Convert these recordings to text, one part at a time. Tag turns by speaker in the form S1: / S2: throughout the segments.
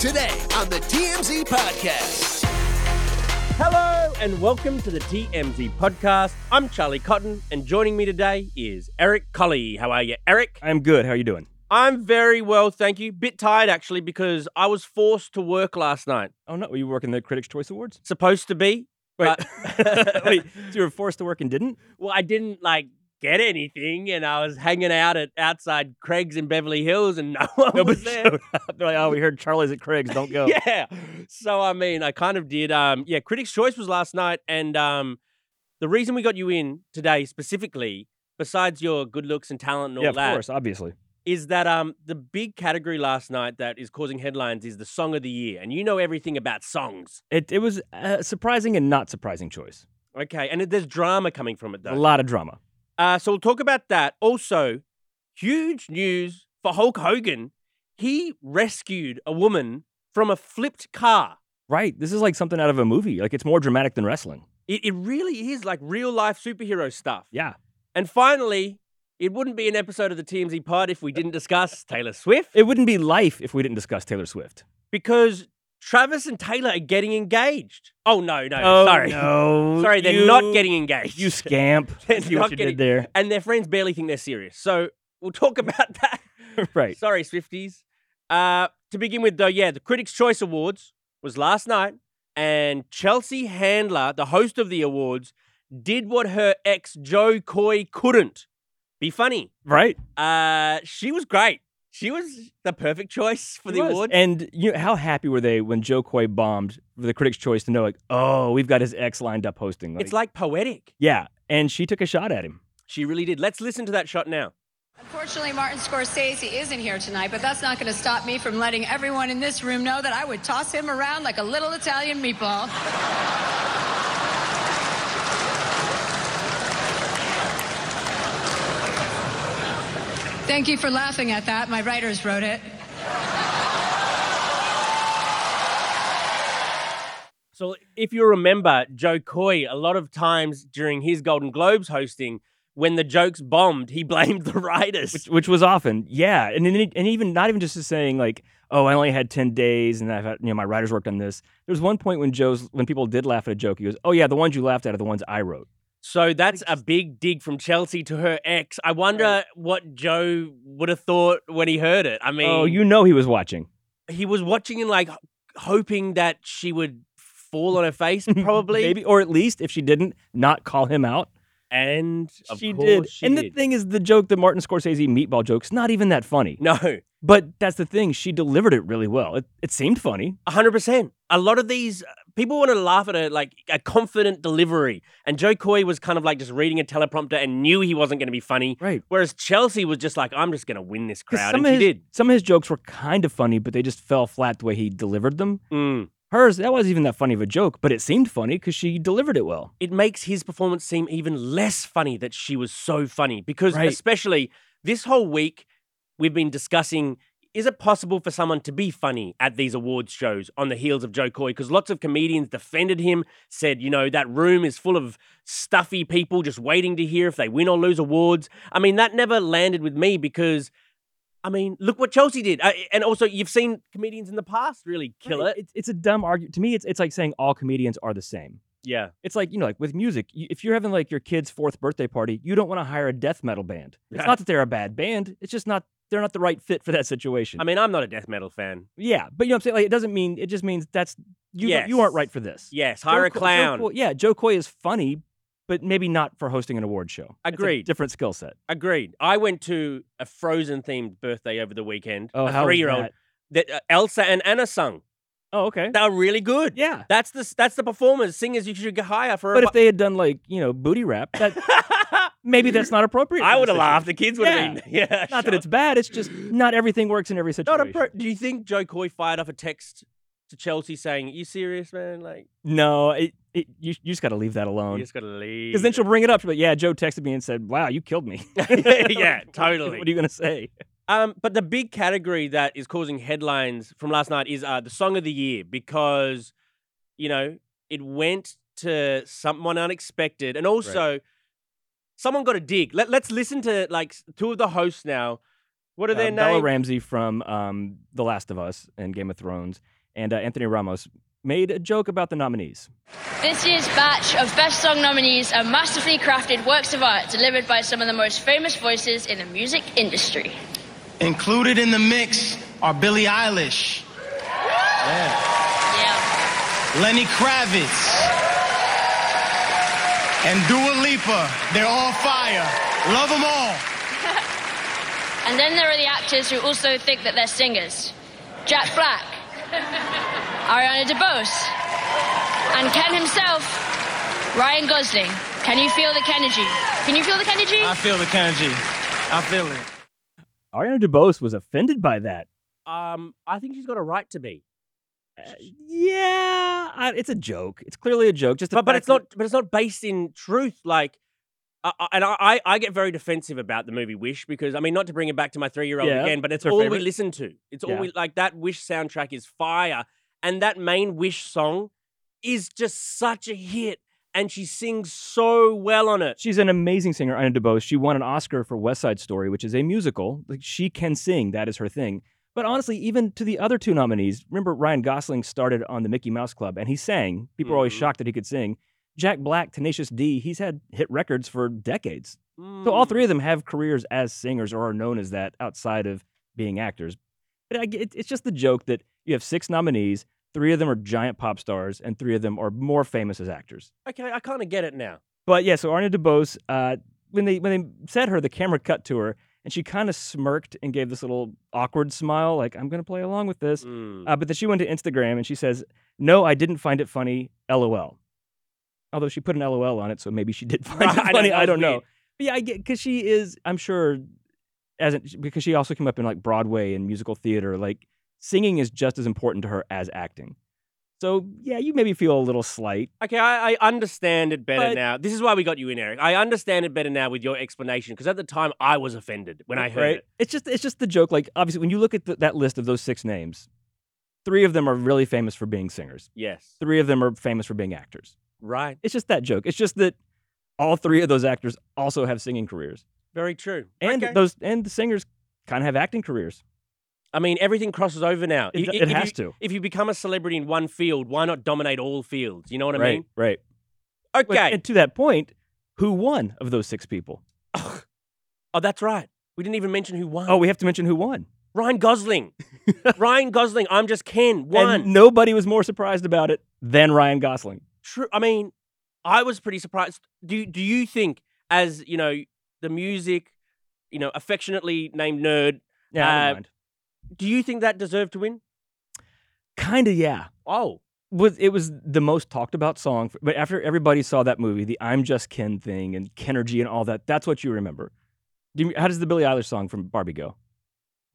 S1: Today on the TMZ Podcast.
S2: Hello and welcome to the TMZ podcast. I'm Charlie Cotton, and joining me today is Eric Colley. How are you, Eric?
S3: I'm good. How are you doing?
S2: I'm very well, thank you. Bit tired actually because I was forced to work last night.
S3: Oh no, were you working the Critics' Choice Awards?
S2: Supposed to be.
S3: Wait,
S2: Uh,
S3: wait. So you were forced to work and didn't?
S2: Well, I didn't like get anything, and I was hanging out at outside Craig's in Beverly Hills, and no one was
S3: Nobody
S2: there.
S3: showed up. They're like, oh, we heard Charlie's at Craig's. Don't go.
S2: Yeah. So I mean, I kind of did. Um, yeah, Critics' Choice was last night, and um, the reason we got you in today specifically, besides your good looks and talent and all
S3: Yeah, of
S2: that,
S3: course, obviously.
S2: is that um the big category last night that is causing headlines is the song of the year, and you know everything about songs.
S3: It it was a surprising and not surprising choice.
S2: Okay, and it, there's drama coming from it
S3: A
S2: though.
S3: lot of drama.
S2: Uh, so we'll talk about that. Also, huge news for Hulk Hogan. He rescued a woman from a flipped car.
S3: Right. This is like something out of a movie. Like it's more dramatic than wrestling.
S2: It, it really is like real life superhero stuff.
S3: Yeah.
S2: And finally, it wouldn't be an episode of the TMZ pod if we didn't discuss Taylor Swift
S3: It wouldn't be life if we didn't discuss Taylor Swift.
S2: because Travis and Taylor are getting engaged. Oh, no, no. sorry.
S3: no.
S2: Sorry, they're
S3: You-
S2: not getting engaged.
S3: You scamp.
S2: They're
S3: See
S2: not
S3: what you
S2: getting-
S3: did there.
S2: And their friends barely think they're serious. So we'll talk about that.
S3: right.
S2: Sorry, Swifties. Uh, to begin with, though, yeah, the Critics' Choice Awards was last night, and Chelsea Handler, the host of the awards, did what her ex Joe Coy couldn't be funny.
S3: Right.
S2: Uh, she was great. She was the perfect choice for
S3: It
S2: the
S3: was.
S2: award.
S3: And you know, how happy were they when Joe Coy bombed for the Critics' Choice to know, like, oh, we've got his ex lined up hosting.
S2: it's like poetic.
S3: yeah. And she took a shot at him.
S2: She really did. Let's listen to that shot now.
S4: Unfortunately, Martin Scorsese isn't here tonight, but that's not going to stop me from letting everyone in this room know that I would toss him around like a little Italian meatball. Thank you for laughing at that. My writers wrote it.
S2: So, if you remember, Joe Coy, a lot of times during his Golden Globes hosting, when the jokes bombed, he blamed the writers.
S3: Which, which was often, yeah, and then, and even not even just saying like, oh, I only had ten days, and I've had, you know my writers worked on this. There was one point when Joe's when people did laugh at a joke, he goes, oh yeah, the ones you laughed at are the ones I wrote.
S2: so, that's a big dig from Chelsea to her ex. I wonder what Joe would have thought when he heard it. I mean,
S3: oh, you know he was watching,
S2: he was watching and like h- hoping that she would fall on her face, probably.
S3: maybe, or at least if she didn't, not call him out.
S2: And of
S3: she
S2: course
S3: did.
S2: She
S3: and the
S2: did.
S3: thing is, the joke, the Martin Scorsese meatball joke's not even that funny.
S2: no,
S3: But that's the thing; she delivered it really well. It, it seemed funny.
S2: hundred percent. A lot of these uh, people want to laugh at a like a confident delivery, and Joe Coy was kind of like just reading a teleprompter and knew he wasn't going to be funny.
S3: Right.
S2: Whereas Chelsea was just like, "I'm just going to win this
S3: 'Cause
S2: crowd,"
S3: Some
S2: and
S3: of
S2: she
S3: his,
S2: did.
S3: Some of his jokes were kind of funny, but they just fell flat the way he delivered them.
S2: Mm.
S3: Hers, that wasn't even that funny of a joke, but it seemed funny because she delivered it well.
S2: It makes his performance seem even less funny that she was so funny because,
S3: Right.
S2: especially this whole week, we've been discussing. Is it possible for someone to be funny at these awards shows on the heels of Joe Coy? Because lots of comedians defended him, said, you know, that room is full of stuffy people just waiting to hear if they win or lose awards. I mean, that never landed with me because, I mean, look what Chelsea did. I, and also, you've seen comedians in the past really kill it.
S3: It's, it's a dumb argument. To me, it's, it's like saying all comedians are the same.
S2: Yeah.
S3: It's like, you know, like with music, you, if you're having like your kid's fourth birthday party, you don't want to hire a death metal band.
S2: Yeah.
S3: It's not that they're a bad band, it's just not, they're not the right fit for that situation.
S2: I mean, I'm not a death metal fan.
S3: yeah, but you know what I'm saying? Like, it doesn't mean, it just means that's, you, you
S2: Yes.
S3: aren't right for this.
S2: Yes,
S3: Joe
S2: hire a
S3: Co- Joe
S2: clown.
S3: Co- yeah, Joe Coy is funny, but maybe not for hosting an award show. It's a
S2: Agreed.
S3: different skill set.
S2: Agreed. I went to a Frozen themed birthday over the weekend.
S3: Oh,
S2: a
S3: how was
S2: three year old
S3: that?
S2: that uh, Elsa and Anna sung.
S3: Oh, okay.
S2: They were really good.
S3: yeah.
S2: That's the that's the performers, singers you should hire for.
S3: But
S2: a
S3: if they had done like you know booty rap, that
S2: bu-
S3: maybe that's not appropriate.
S2: I
S3: for
S2: would
S3: the
S2: have laughed. The kids would have
S3: Yeah.
S2: been. Yeah.
S3: Not that it's bad. It's just not everything works in every
S2: not
S3: situation.
S2: appro Do you think Joe Coy fired off a text to Chelsea saying, "You serious, man? Like
S3: no, it, it, you, you just got to leave that
S2: you
S3: alone.
S2: just gotta leave."
S3: Because then she'll bring it up. But yeah, Joe texted me and said, "Wow, you killed me."
S2: yeah,
S3: What-
S2: totally.
S3: What are you gonna say?
S2: Um, but the big category that is causing headlines from last night is uh, the song of the year because, you know, it went to someone unexpected, and also someone got a dig. Let, let's listen to like s- two of the hosts now. What are
S3: Uh,
S2: their
S3: Bella
S2: names?
S3: Ramsey from um, The Last of Us and Game of Thrones, and uh, Anthony Ramos made a joke about the nominees.
S5: This year's batch of Best Song nominees are masterfully crafted works of art delivered by some of the most famous voices in the music industry.
S6: Included in the mix are Billie Eilish,
S5: Yeah.
S6: Lenny Kravitz, and Dua Lipa. They're all fire. Love them all.
S5: And then there are the actors who also think that they're singers Jack Black, Ariana DeBose, and Ken himself, Ryan Gosling. Can you feel the Kennedy? Can you feel the Kennedy?
S6: I feel the energy. I feel it.
S3: Ariana DeBose was offended by that.
S2: um, I think she's got a right to be,
S3: Uh, yeah, I, it's a joke. It's clearly a joke. Just the
S2: but but
S3: fact
S2: it's
S3: that-
S2: not but it's not based in truth. Like, I I- and I, I I get very defensive about the movie Wish because I mean not to bring it back to my three year old
S3: Yeah,
S2: again, but it's
S3: her
S2: all
S3: favorite.
S2: we listen to. It's all
S3: Yeah.
S2: we like. That Wish soundtrack is fire, and that main Wish song is just such a hit, and she sings so well on it.
S3: She's an amazing singer, Anna DeBose. She won an Oscar for West Side Story, which is a musical. Like she can sing, that is her thing. But honestly, even to the other two nominees, remember Ryan Gosling started on the Mickey Mouse Club and he sang. People are always
S2: Mhm.
S3: shocked that he could sing. Jack Black, Tenacious D, he's had hit records for decades. So
S2: Mm.
S3: all three of them have careers as singers or are known as that outside of being actors. But I, it, it's just the joke that you have six nominees, three of them are giant pop stars, and three of them are more famous as actors.
S2: Okay, I kind of get it now.
S3: But yeah, so Arna DeBose, uh, when they when they said her, the camera cut to her, and she kind of smirked and gave this little awkward smile, like I'm gonna play along with this.
S2: Mm.
S3: Uh, but then she went to Instagram and she says, "No, I didn't find it funny. LOL." Although she put an LOL on it, so maybe she did find
S2: Right, I know,
S3: it funny.
S2: that
S3: I
S2: was
S3: don't know.
S2: weird.
S3: But yeah, I get because she is. I'm sure, as in, because she also came up in like Broadway and musical theater. Like singing is just as important to her as acting. So yeah, you maybe feel a little slight.
S2: Okay, I, I understand it better
S3: But-
S2: now. This is why we got you in, Eric. I understand it better now with your explanation because at the time I was offended when I heard
S3: right?
S2: it.
S3: It's just it's just the joke. Like obviously, when you look at the, that list of those six names, three of them are really famous for being singers.
S2: Yes.
S3: Three of them are famous for being actors.
S2: Right.
S3: It's just that joke. It's just that all three of those actors also have singing careers,
S2: Very true.
S3: and
S2: Okay.
S3: those and the singers kind of have acting careers.
S2: I mean, everything crosses over now.
S3: It,
S2: I- i-
S3: it
S2: if you-
S3: has to.
S2: If you become a celebrity in one field, why not dominate all fields? You know what I
S3: right,
S2: mean?
S3: right. But-
S2: Okay.
S3: And to that point, who won of those six people?
S2: oh, that's right. We didn't even mention who won.
S3: Oh, we have to mention who won.
S2: Ryan Gosling. Ryan Gosling. I'm just Ken. Won.
S3: And nobody was more surprised about it than Ryan Gosling.
S2: True. I mean, I was pretty surprised. Do Do you think, as you know, the music, you know, affectionately named nerd,
S3: Yeah, I don't
S2: Uh,
S3: mind.
S2: do you think that deserved to win?
S3: kinda yeah.
S2: Oh,
S3: was it was the most talked about song. f- But after everybody saw that movie, the "I'm Just Ken" thing and Kenergy and all that, that's what you remember. Do you, how does the Billie Eilish song from Barbie go?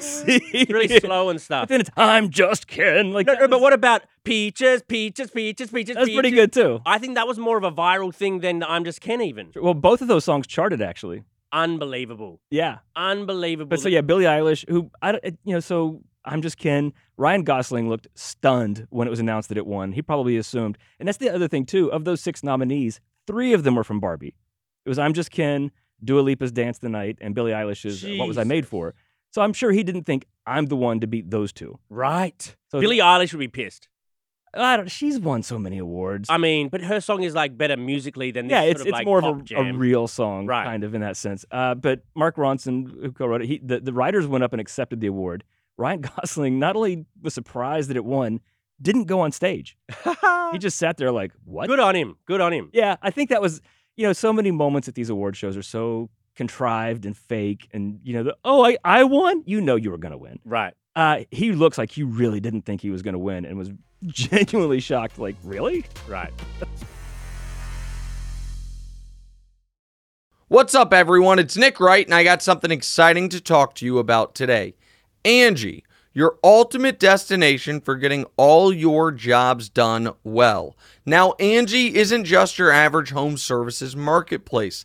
S3: See,
S2: it's really slow and stuff.
S3: But then it's "I'm Just Ken." Like
S2: No,
S3: that
S2: no, but
S3: was-
S2: what about peaches, peaches, peaches, peaches?
S3: That's pretty
S2: peaches?
S3: good too.
S2: I think that was more of a viral thing than the I'm just Ken even.
S3: Well, both of those songs charted actually.
S2: Unbelievable.
S3: Yeah,
S2: Unbelievable.
S3: but so yeah, Billie Eilish, who I don't- it- you know, so "I'm Just Ken." Ryan Gosling looked stunned when it was announced that it won. He probably assumed, and that's the other thing too. Of those six nominees, three of them were from Barbie. It was "I'm Just Ken," Dua Lipa's "Dance the Night," and Billie Eilish's uh, "What Was I Made For." So I'm sure he didn't think I'm the one to beat those two.
S2: Right.
S3: So
S2: Billie Eilish would be pissed.
S3: I don't. She's won so many awards.
S2: I mean, but her song is like better musically than this
S3: yeah,
S2: sort
S3: it's
S2: of
S3: it's
S2: like
S3: more
S2: pop
S3: of a, a
S2: jam.
S3: real song,
S2: Right.
S3: kind of in that sense. Uh, but Mark Ronson, who co-wrote it, he, the the writers went up and accepted the award. Ryan Gosling not only was surprised that it won, didn't go on stage. He just sat there like, "What?"
S2: Good on him. Good on him.
S3: Yeah, I think that was you know so many moments at these award shows are so contrived and fake, and you know, the, oh, I I won. You know, you were gonna win.
S2: Right.
S3: Uh, he looks like he really didn't think he was gonna win, and was genuinely shocked. Like, really?
S2: Right.
S7: What's up, everyone? It's Nick Wright, and I got something exciting to talk to you about today. Angie, your ultimate destination for getting all your jobs done well. Now, Angie isn't just your average home services marketplace.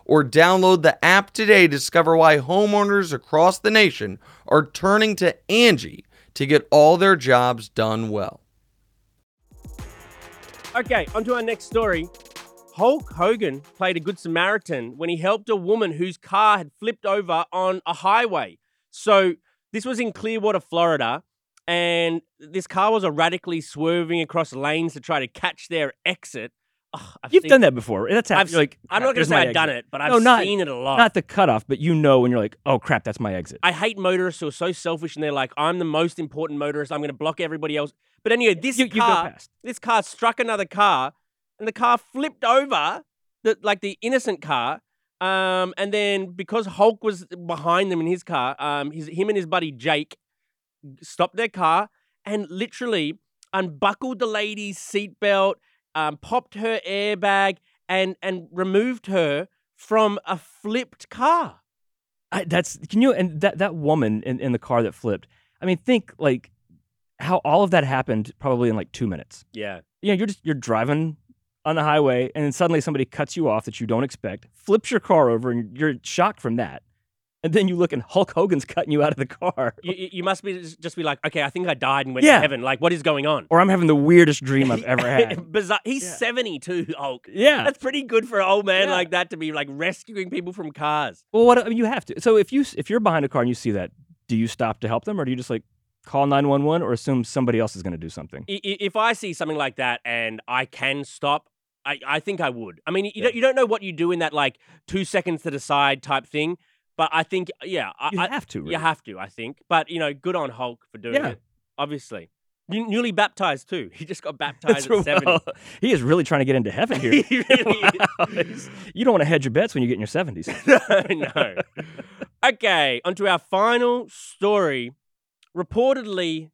S7: or download the app today to discover why homeowners across the nation are turning to Angie to get all their jobs done well.
S2: Okay, on to our next story. Hulk Hogan played a good Samaritan when he helped a woman whose car had flipped over on a highway. So this was in Clearwater, Florida, and this car was erratically swerving across lanes to try to catch their exit. Ugh, I've
S3: You've
S2: seen-
S3: done that before. That's how,
S2: I've,
S3: you're like,
S2: I'm not going
S3: "Crap,
S2: to
S3: there's
S2: say
S3: my
S2: I've done
S3: exit."
S2: it, but I've
S3: No, not-
S2: seen it a lot.
S3: Not the cutoff, but you know when you're like, oh crap, that's my exit.
S2: I hate motorists who are so selfish and they're like, I'm the most important motorist. I'm going to block everybody else. But anyway, this
S3: You- you go
S2: car,
S3: past.
S2: this car struck another car, and the car flipped over, the like the innocent car. Um, and then because Hulk was behind them in his car, um, his him and his buddy Jake stopped their car and literally unbuckled the lady's seatbelt, um, popped her airbag, and and removed her from a flipped car.
S3: I, that's can you and that that woman in, in the car that flipped. I mean, think like how all of that happened probably in like two minutes.
S2: Yeah.
S3: You know, you're just you're driving on the highway, and then suddenly somebody cuts you off that you don't expect, flips your car over, and you're shocked from that. And then you look, and Hulk Hogan's cutting you out of the car.
S2: you, you- you must be just be like, okay, I think I died and went to
S3: Yeah.
S2: heaven. Like, what is going on?
S3: Or I'm having the weirdest dream I've ever had.
S2: Bizarre. He's
S3: Yeah.
S2: 72, Hulk.
S3: yeah.
S2: That's pretty good for an old man
S3: Yeah.
S2: like that to be like rescuing people from cars.
S3: Well, what I mean, you have to. So if you if you're behind a car and you see that, do you stop to help them, or do you just like call nine one one, or assume somebody else is going to do something?
S2: I- i- If I see something like that and I can stop, I, I think I would. I mean, you, don't, you don't know what you do in that like two seconds to decide type thing, but I think, yeah, I,
S3: You
S2: I-
S3: have to. Really.
S2: you have to, I think. But, you know, good on Hulk for doing
S3: Yeah.
S2: it, obviously. New- newly baptized too. He just got
S3: That's
S2: baptized
S3: right.
S2: at 70.
S3: Well, he is really trying to get into heaven here.
S2: He really is.
S3: Wow. He's- You don't want to hedge your bets when you get in your 70s.
S2: no, no. Okay, onto our final story. Reportedly,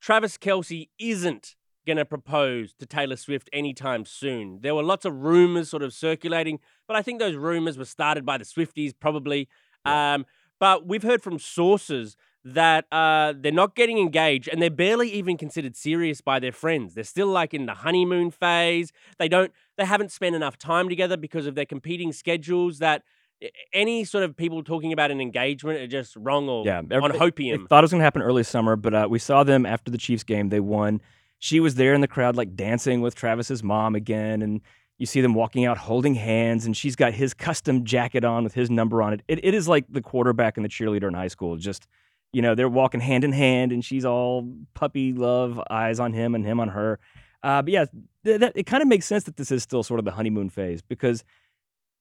S2: Travis Kelsey isn't going to propose to Taylor Swift anytime soon. There were lots of rumors sort of circulating, but I think those rumors were started by the Swifties probably. Um, but we've heard from sources that uh, they're not getting engaged and they're barely even considered serious by their friends. They're still like in the honeymoon phase. They don't they haven't spent enough time together because of their competing schedules that a- any sort of people talking about an engagement are just wrong or
S3: Yeah,
S2: on
S3: everybody-
S2: hopium.
S3: I thought it was going to happen early summer, but uh, we saw them after the Chiefs game. They won. She was there in the crowd, like dancing with Travis's mom again. And you see them walking out holding hands, and she's got his custom jacket on with his number on it. It, it is like the quarterback and the cheerleader in high school. Just, you know, they're walking hand in hand, and she's all puppy love eyes on him and him on her. Uh, but yeah, th- that, it kind of makes sense that this is still sort of the honeymoon phase because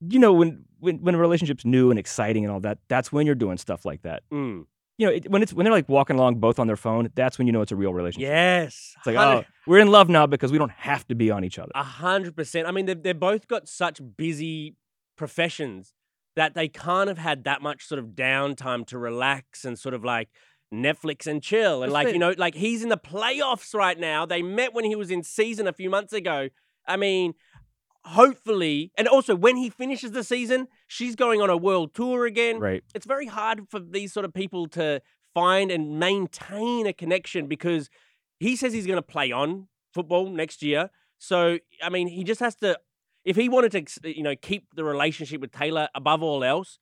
S3: you know when when when a relationship's new and exciting and all that, that's when you're doing stuff like that.
S2: Mm.
S3: You know, it, when it's when they're like walking along both on their phone, that's when you know it's a real relationship.
S2: Yes.
S3: It's like,
S2: Hundred-
S3: oh, we're in love now because we don't have to be on each other.
S2: A hundred percent. I mean, they've, they've both got such busy professions that they can't have had that much sort of downtime to relax and sort of like Netflix and chill. And
S3: That's
S2: like,
S3: it.
S2: you know, like he's in the playoffs right now. They met when he was in season a few months ago. I mean, hopefully, and also when he finishes the season, she's going on a world tour again.
S3: Right.
S2: It's very hard for these sort of people to find and maintain a connection because he says he's going to play on football next year. So I mean, he just has to. If he wanted to, you know, keep the relationship with Taylor above all else,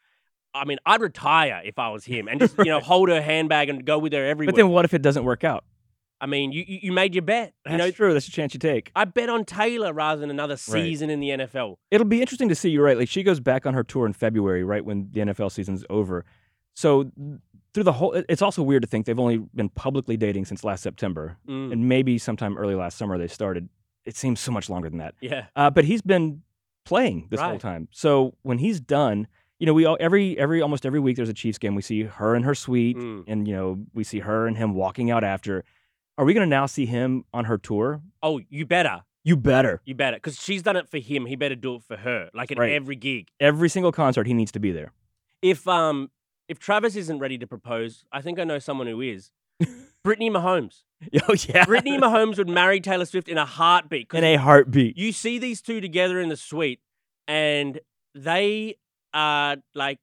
S2: I mean, I'd retire if I was him and just, you know, hold her handbag and go with her everywhere.
S3: But then what if it doesn't work out?
S2: I mean, you, you you made your bet.
S3: That's
S2: You know,
S3: true. That's a chance you take.
S2: I bet on Taylor rather than another season in the NFL.
S3: It'll be interesting to see you right. Like she goes back on her tour in February, right when the NFL season's over. So through the whole, it- it's also weird to think they've only been publicly dating since last September,
S2: Mm,
S3: and maybe sometime early last summer they started. It seems so much longer than that.
S2: yeah.
S3: Uh, but he's been playing this whole
S2: Right.
S3: time. So when he's done, you know, we all every every almost every week there's a Chiefs game. We see her in her suite,
S2: Mm.
S3: and you know, we see her and him walking out after. Are we going to now see him on her tour?
S2: Oh, you better.
S3: You better.
S2: You better. Because she's done it for him. He better do it for her. Like at
S3: Right.
S2: every gig.
S3: Every single concert, he needs to be there.
S2: If um if Travis isn't ready to propose, I think I know someone who is. Brittany Mahomes.
S3: Oh yeah,
S2: Brittany Mahomes would marry Taylor Swift in a heartbeat. 'cause
S3: in a heartbeat.
S2: you see these two together in the suite and they are like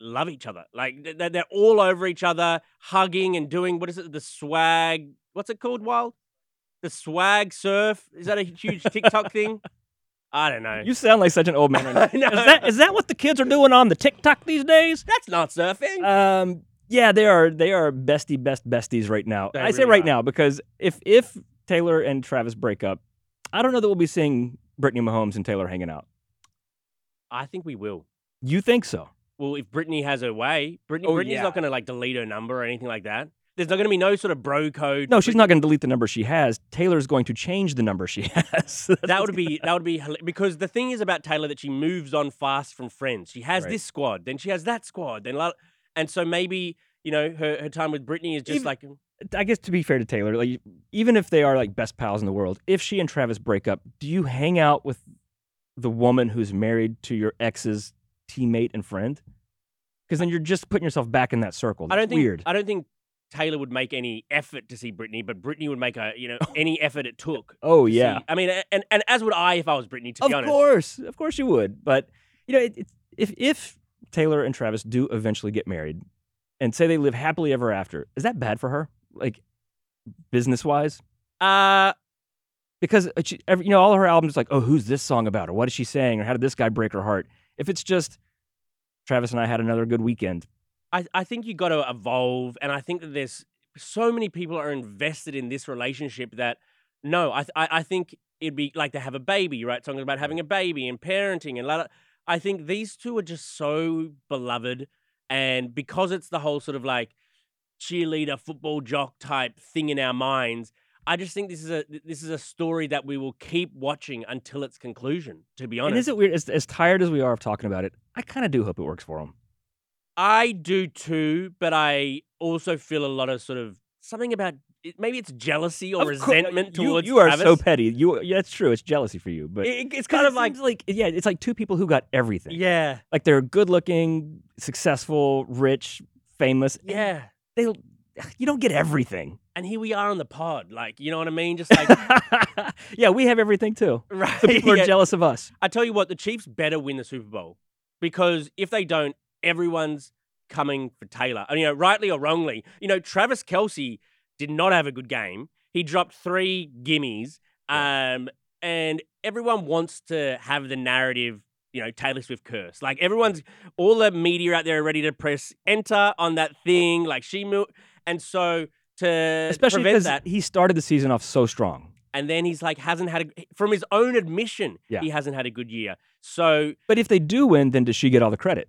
S2: love each other like th- th- they're all over each other hugging and doing what is it the swag what's it called wild the swag surf is that a huge tiktok thing i don't know
S3: You sound like such an old man. Right
S2: I
S3: now.
S2: know.
S3: Is that is that what the kids are doing on the TikTok these days?
S2: that's not surfing
S3: Um, yeah, they are. They are bestie best besties right now.
S2: They
S3: I say
S2: really
S3: right
S2: are.
S3: now because if if Taylor and Travis break up, I don't know that we'll be seeing Brittany Mahomes and Taylor hanging out.
S2: i think we will
S3: You think so?
S2: well if brittany has her way brittany
S3: Oh,
S2: brittany's
S3: yeah.
S2: not going to like delete her number or anything like that there's not going to be no sort of bro code
S3: No, she's not going to delete the number she has. Taylor's going to change the number she has.
S2: that would be that would be hila- because the thing is about Taylor that she moves on fast from friends. She has
S3: Right.
S2: this squad, then she has that squad, then la- and so maybe you know her, her time with Britney is just
S3: Even-
S2: like
S3: I guess to be fair to Taylor, like even if they are like best pals in the world, if she and Travis break up, do you hang out with the woman who's married to your ex's teammate and friend? Because then you're just putting yourself back in that circle.
S2: I don't
S3: That's
S2: think
S3: weird.
S2: I don't think Taylor would make any effort to see Britney, but Britney would make a you know any effort it took.
S3: oh
S2: to
S3: yeah,
S2: see- I mean, a- and, and as would I if I was Britney. To
S3: of
S2: be honest,
S3: course, of course you would. But you know, it, it, if if Taylor and Travis do eventually get married, and say they live happily ever after, is that bad for her? Like business wise?
S2: uh,
S3: because uh, she, every, you know all her albums is like, oh, who's this song about, or what is she saying, or how did this guy break her heart? If it's just Travis and I had another good weekend,
S2: I, I think you got to evolve, and I think that there's so many people are invested in this relationship that no, I th- I, I think it'd be like to have a baby, right? Songs about having a baby and parenting and la la- I think these two are just so beloved, and because it's the whole sort of like cheerleader, football jock type thing in our minds, I just think this is a this is a story that we will keep watching until its conclusion. To be honest,
S3: and is it weird? As, as tired as we are of talking about it, I kind of do hope it works for him.
S2: I do too, but I also feel a lot of sort of something about it- maybe it's jealousy or
S3: Of cour-
S2: resentment
S3: you,
S2: towards
S3: you are
S2: Travis.
S3: so petty. You yeah, that's true. It's jealousy for you, but
S2: It- it's
S3: 'Cause
S2: kind
S3: it
S2: of like
S3: seems yeah, it's like two people who got everything.
S2: yeah,
S3: like they're good looking, successful, rich, famous. and
S2: yeah.
S3: they you don't get everything.
S2: And here we are on the pod, like you know what I mean, just like
S3: yeah, we have everything too.
S2: right.
S3: So people are
S2: yeah.
S3: jealous of us.
S2: I tell you what, the Chiefs better win the Super Bowl because if they don't, everyone's coming for Taylor. And, you know, rightly or wrongly, you know, Travis Kelsey did not have a good game. He dropped three gimmies, um, and everyone wants to have the narrative. You know, Taylor Swift curse. Like everyone's, all the media out there are ready to press enter on that thing. Like she moved, and so to
S3: especially
S2: prevent
S3: because
S2: that,
S3: he started the season off so strong.
S2: and then he's like hasn't had a, from his own admission,
S3: Yeah.
S2: he hasn't had a good year. So
S3: But if they do win, then does she get all the credit?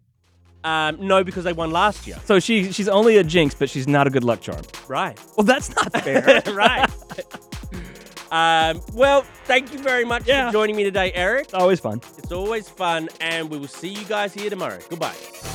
S2: Um, no, because they won last year.
S3: So she she's only a jinx, but she's not a good luck charm.
S2: Right.
S3: Well, that's not fair.
S2: right. um, well, thank you very much
S3: Yeah.
S2: for joining me today, Eric.
S3: it's always fun.
S2: It's always fun, and we will see you guys here tomorrow. Goodbye.